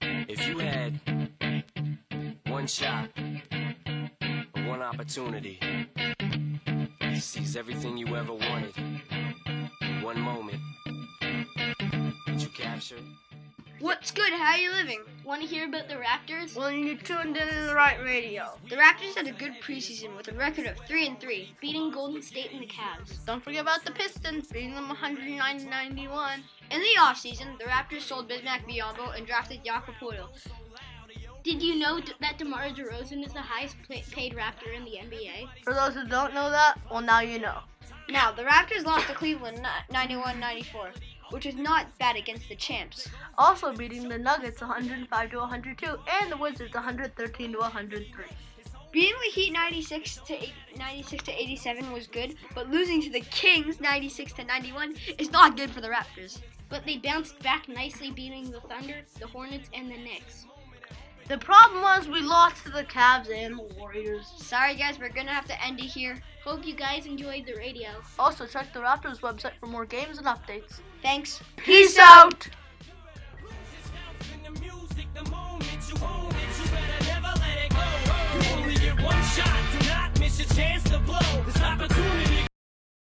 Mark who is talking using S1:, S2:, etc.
S1: If you had one shot, or one opportunity to seize everything you ever wanted in one moment, would you capture it?
S2: What's good? How you living?
S3: Want to hear about the Raptors?
S2: Well, you tuned in to the right radio.
S3: The Raptors had a good preseason with a record of 3 and 3, beating Golden State and the Cavs.
S2: Don't forget about the Pistons, beating them 109 to 91.
S3: In the offseason, the Raptors sold Bismack Biyombo and drafted Jakob Did you know d- that DeMar DeRozan is the highest pla paid Raptor in the NBA?
S2: For those who don't know that, well, now you know.
S3: Now, the Raptors lost to Cleveland 91-94, which was not bad against the champs.
S2: Also beating the Nuggets 105 to 102 and the Wizards 113 to 103.
S3: Beating the Heat 96 to 8, 96 to 87 was good, but losing to the Kings 96 to 91 is not good for the Raptors. But they bounced back nicely, beating the Thunder, the Hornets, and the Knicks.
S2: The problem was we lost to the Cavs and the Warriors.
S3: Sorry, guys, we're gonna have to end it here. Hope you guys enjoyed the radio.
S2: Also check the Raptors website for more games and updates.
S3: Thanks.
S2: Peace out!